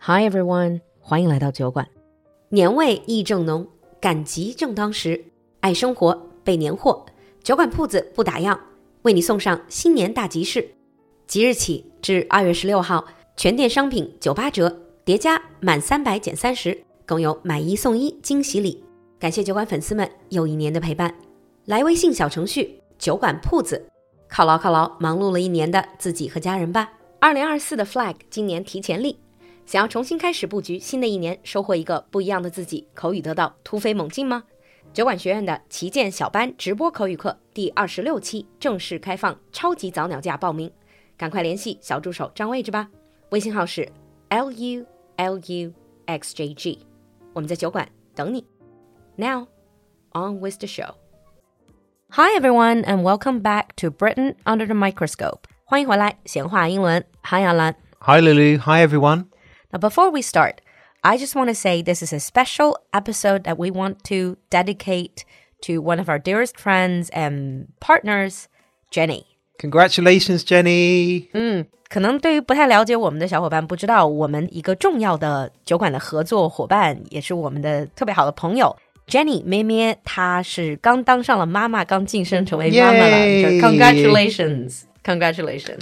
Hi everyone，欢迎来到酒馆。年味意正浓，赶集正当时，爱生活备年货，酒馆铺子不打烊，为你送上新年大集市。即日起至二月十六号，全店商品九八折，叠加满三百减三十，更有买一送一惊喜礼。感谢酒馆粉丝们又一年的陪伴。来微信小程序“酒馆铺子”，犒劳犒劳忙碌了一年的自己和家人吧。二零二四的 flag 今年提前立，想要重新开始布局新的一年，收获一个不一样的自己，口语得到突飞猛进吗？酒馆学院的旗舰小班直播口语课第二十六期正式开放，超级早鸟价报名，赶快联系小助手占位置吧。微信号是 l u l u x j g，我们在酒馆等你。Now on with the show. Hi everyone and welcome back to Britain under the microscope。欢迎回来，闲话英文，韩亚兰。 Hi, Lulu. Hi, everyone. Now, before we start, I just want to say this is a special episode that we want to dedicate to one of our dearest friends and partners, Jenny. Congratulations, Jenny. Mm. 可能对于不太了解我们的小伙伴，不知道我们一个重要的酒馆的合作伙伴，也是我们的特别好的朋友 Jenny 咩咩，她是刚当上了妈妈，刚晋升成为妈妈了。 Yay！就 Congratulations, congratulations.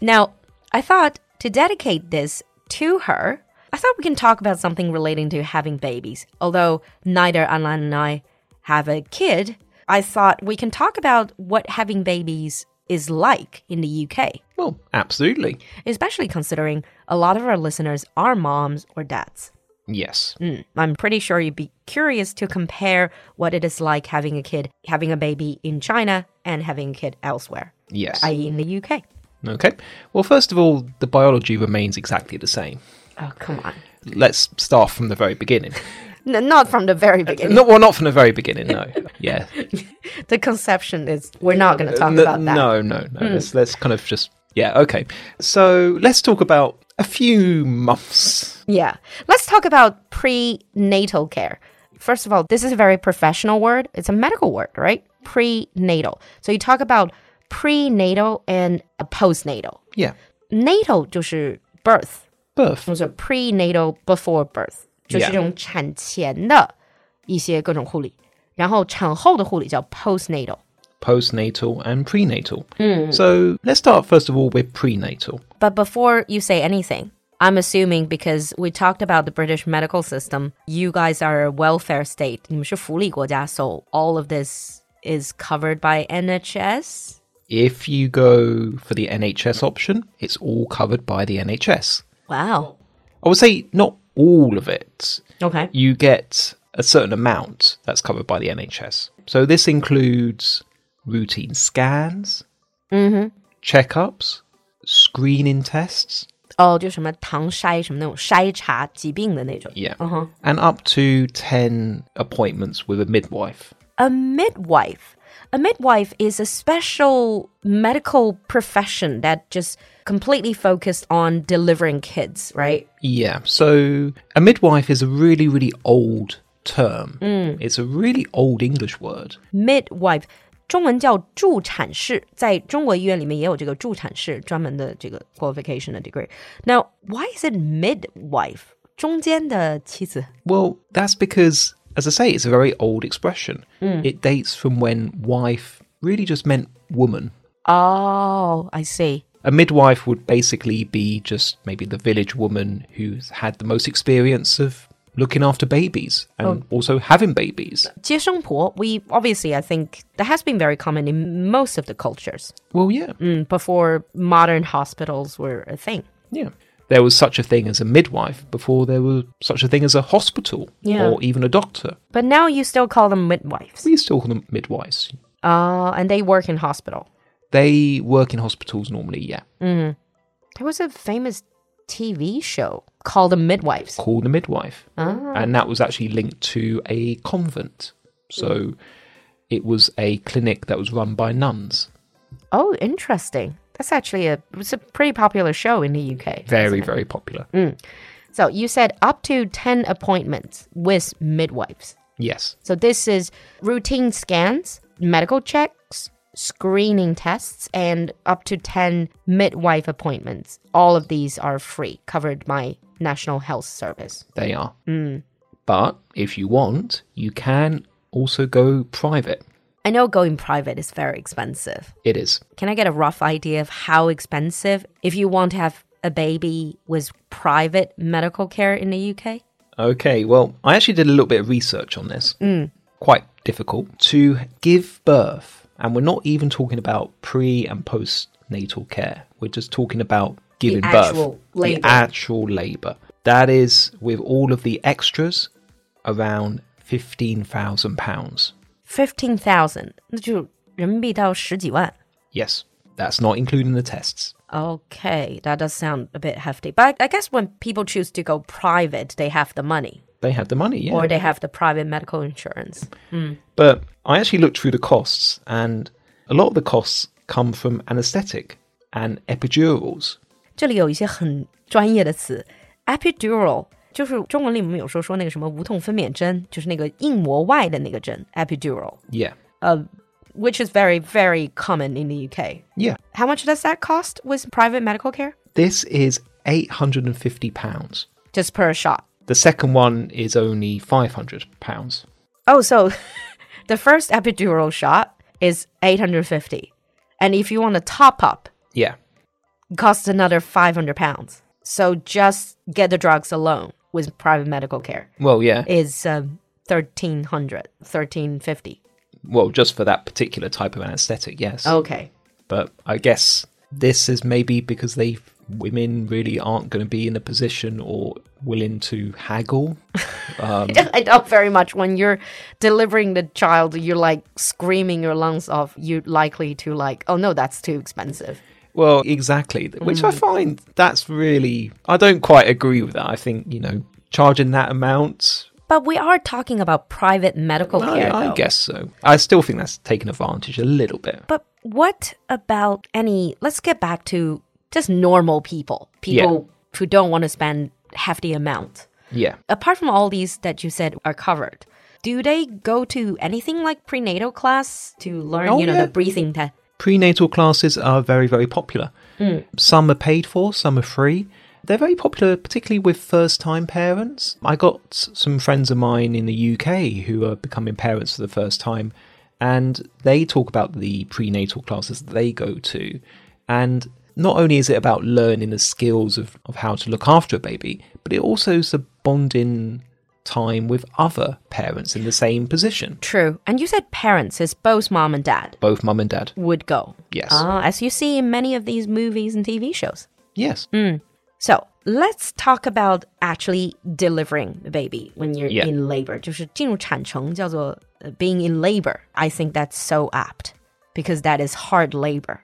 Now, I thought to dedicate this to her. I thought we can talk about something relating to having babies. Although neither Anlan and I have a kid, I thought we can talk about what having babies is like in the UK Well, absolutely. especially considering a lot of our listeners are moms or dads. Yes. Mm, I'm pretty sure you'd be curious to compare what it is like having a kid, having a baby in China and having a kid elsewhere, Yes. i.e., in the UK. Okay. Well, first of all, the biology remains exactly the same. Oh, come on. Let's start from the very beginning. N- not from the very beginning. not well, not from the very beginning. No. Yeah. The conception is, we're not going to talk N- about that. Mm. No, no, no. Let's let's kind of just yeah. Okay. So let's talk about a few months. Yeah. Let's talk about prenatal care. First of all, this is a very professional word. It's a medical word, right? Prenatal. So you talk about prenatal and a postnatal. Yeah. natal 就是 birth， Birth. 或者 prenatal before birth，就是这种产前的一些各种护理。然后产后的护理叫 postnatal。 postnatal and prenatal. Mm. So let's start first of all with prenatal. But before you say anything, I'm assuming because we talked about the British medical system, you guys are a welfare state. 你们是福利国家，so all of this is covered by NHS. If you go for the NHS option, it's all covered by the NHS. Wow. I would say not all of it. Okay. You get a certain amount that's covered by the NHS. So this includes routine scans, checkups, screening tests, 哦，Oh, 就什么唐筛什么那种筛查疾病的那种。 yeah, and up to 10 appointments with a midwife. a midwife. A midwife is a special medical profession that just completely focused on delivering kids, right? Yeah. So a midwife is a really, really old term. It's a really old English word. Midwife. 中文叫助产士，在中国医院里面也有这个助产士专门的这个 qualification 的 degree。Now, why is it midwife？中间的妻子 Well, that's because, as I say, it's a very old expression. It dates from when wife really just meant woman. 哦、i Oh, see。 A midwife would basically be just maybe the village woman who's had the most experience of looking after babies and also having babies. 接生婆，we obviously I think that has been very common in most of the cultures. Well, yeah, mm, before modern hospitals were a thing. yeah. There was such a thing as a midwife before there was such a thing as a hospital Yeah. or even a doctor. But now you still call them midwives. We still call them midwives. Uh, and they work in hospital. They work in hospitals normally, yeah. There was a famous TV show called The Midwives. Called a midwife. And that was actually linked to a convent. So it was a clinic that was run by nuns. Oh, interesting. That's actually a it's a pretty popular show in the UK. Very, very popular. So you said up to 10 appointments with midwives. Yes. So this is routine scans, medical checks, screening tests, and up to 10 midwife appointments. All of these are free, covered by National Health Service. They are. But if you want, you can also go private. I know going private is very expensive. It is. Can I get a rough idea of how expensive if you want to have a baby with private medical care in the UK? Okay, well, I actually did a little bit of research on this. Mm. Quite difficult to give birth, and we're not even talking about pre and postnatal care. We're just talking about giving actual birth, labour. the actual labour. That is with all of the extras, around fifteen thousand pounds. 15,000. 那就人民币到十几万。 Yes, that's not including the tests. Okay, that does sound a bit hefty. But I guess when people choose to go private, they have the money They have the money, yeah. or they have the private medical insurance. But I actually looked through the costs, and a lot of the costs come from anaesthetic and epidurals. 这里有一些很专业的词，epidural 就是中文里我们有时候说那个什么无痛分娩针，就是那个硬膜外的那个针，epidural， Yeah, uh, which is very very common in the UK. yeah. How much does that cost with private medical care? This is eight hundred and fifty pounds. Just per shot. The second one is only five hundred pounds. Oh, so the first epidural shot is 850. And if you want to top up, Yeah, it costs another 500 pounds. So just get the drugs alone with private medical care well, yeah, is um, 1300, 1350. well, just for that particular type of anaesthetic, yes. Okay. But I guess this is maybe because they women really aren't going to be in a position or willing to haggle. I doubt very much when you're delivering the child, you're like screaming your lungs off. You're likely to like, oh no, that's too expensive. Well, exactly. Which I find that's really. I don't quite agree with that. I think, you know, charging that amount. But we are talking about private medical I, care. Oh, I though. guess so. I still think that's taken advantage a little bit. But what about any? Let's get back to just normal people, people who don't want to spend hefty amount. Yeah. Apart from all these that you said are covered, do they go to anything like prenatal class to learn, Oh, you know, yeah. the breathing test? Prenatal classes are very, very popular. Some are paid for, some are free. They're very popular, particularly with first time parents. I got s- some friends of mine in the UK who are becoming parents for the first time, and they talk about the prenatal classes that they go to. And not only is it about learning the skills of, of how to look after a baby, but it also is a bonding time with other parents in the same position. True. And you said parents, it's both mom and dad, Both mum and dad. would go. Yes. Ah, as you see in many of these movies and TV shows. Yes. So let's talk about actually delivering the baby when you're Yeah. in labor. 就是进入产程叫做 uh, being in labor. I think that's so apt because that is hard labor.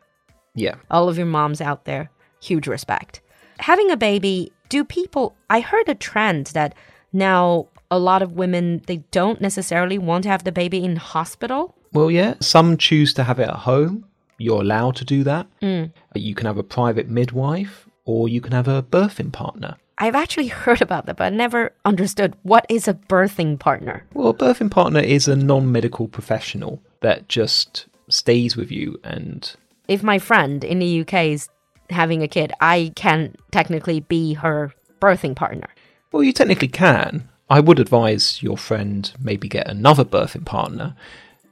Yeah. All of your moms out there, huge respect. Having a baby, do people, I heard a trend that now a lot of women, they don't necessarily want to have the baby in hospital. Well, yeah, some choose to have it at home. You're allowed to do that. You can have a private midwife or you can have a birthing partner. I've actually heard about that, but I never understood what is a birthing partner. Well, a birthing partner is a non medical professional that just stays with you and if my friend in the UK is having a kid, I can technically be her birthing partner. Well, you technically can. I would advise your friend maybe get another birthing partner.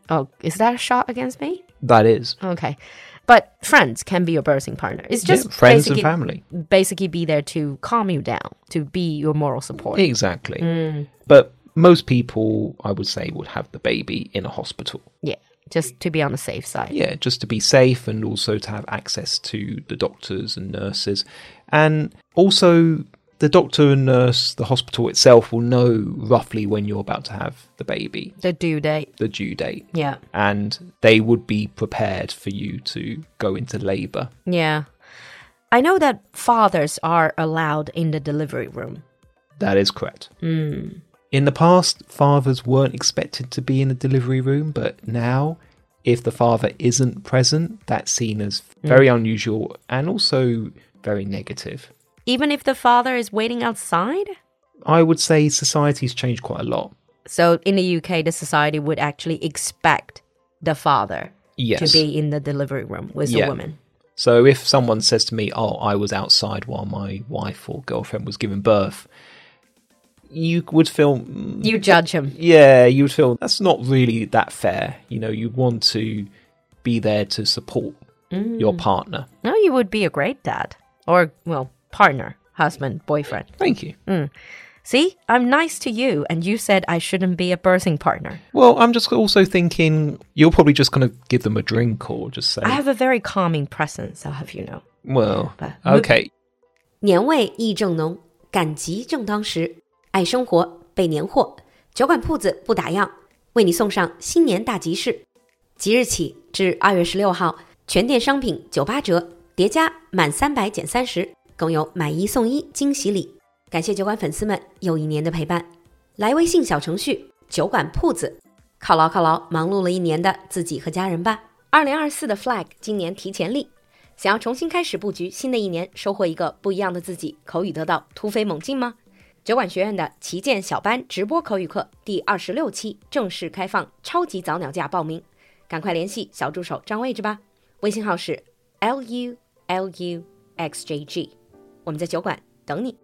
Oh, is that a shot against me? That is Okay. But friends can be your birthing partner. It's yeah, just friends and basically, family. basically be there to calm you down, to be your moral support. Exactly. But most people, I would say, would have the baby in a hospital. yeah, just to be on the safe side. yeah, just to be safe and also to have access to the doctors and nurses. And also, the doctor and nurse, the hospital itself will know roughly when you're about to have the baby, The due date. the due date. Yeah. And they would be prepared for you to go into labor. Yeah. I know that fathers are allowed in the delivery room. That is correct. Hmm. In the past, fathers weren't expected to be in the delivery room, but now, if the father isn't present, that's seen as very unusual and also very negative. Even if the father is waiting outside? I would say society's changed quite a lot. So in the UK, the society would actually expect the father Yes. to be in the delivery room with the Yeah. woman. So if someone says to me, "Oh, I was outside while my wife or girlfriend was giving birth," you would feel, mm, You judge him. yeah, you would feel that's not really that fair. You know, you want to be there to support Mm. your partner. No, you would be a great dad or, well, partner, husband, boyfriend. Thank you. See, I'm nice to you, and you said I shouldn't be a birthing partner. Well, I'm just also thinking you're probably just going to give them a drink or just say, I have a very calming presence, I'll have you know. "Well, but- okay, 年味意正浓，赶集正当时，爱生活备年货，酒馆铺子不打烊，为你送上新年大集市。即日起至二月十六号，全店商品九八折，叠加满三百减三十，更有买一送一惊喜礼。感谢酒馆粉丝们又一年的陪伴，来微信小程序“酒馆铺子”，犒劳犒劳忙碌了一年的自己和家人吧。二零二四的 flag 今年提前立，想要重新开始布局新的一年，收获一个不一样的自己，口语得到突飞猛进吗？酒馆学院的旗舰小班直播口语课第二十六期正式开放，超级早鸟价报名，赶快联系小助手占位置吧。微信号是 l u l u x j g，我们在酒馆等你。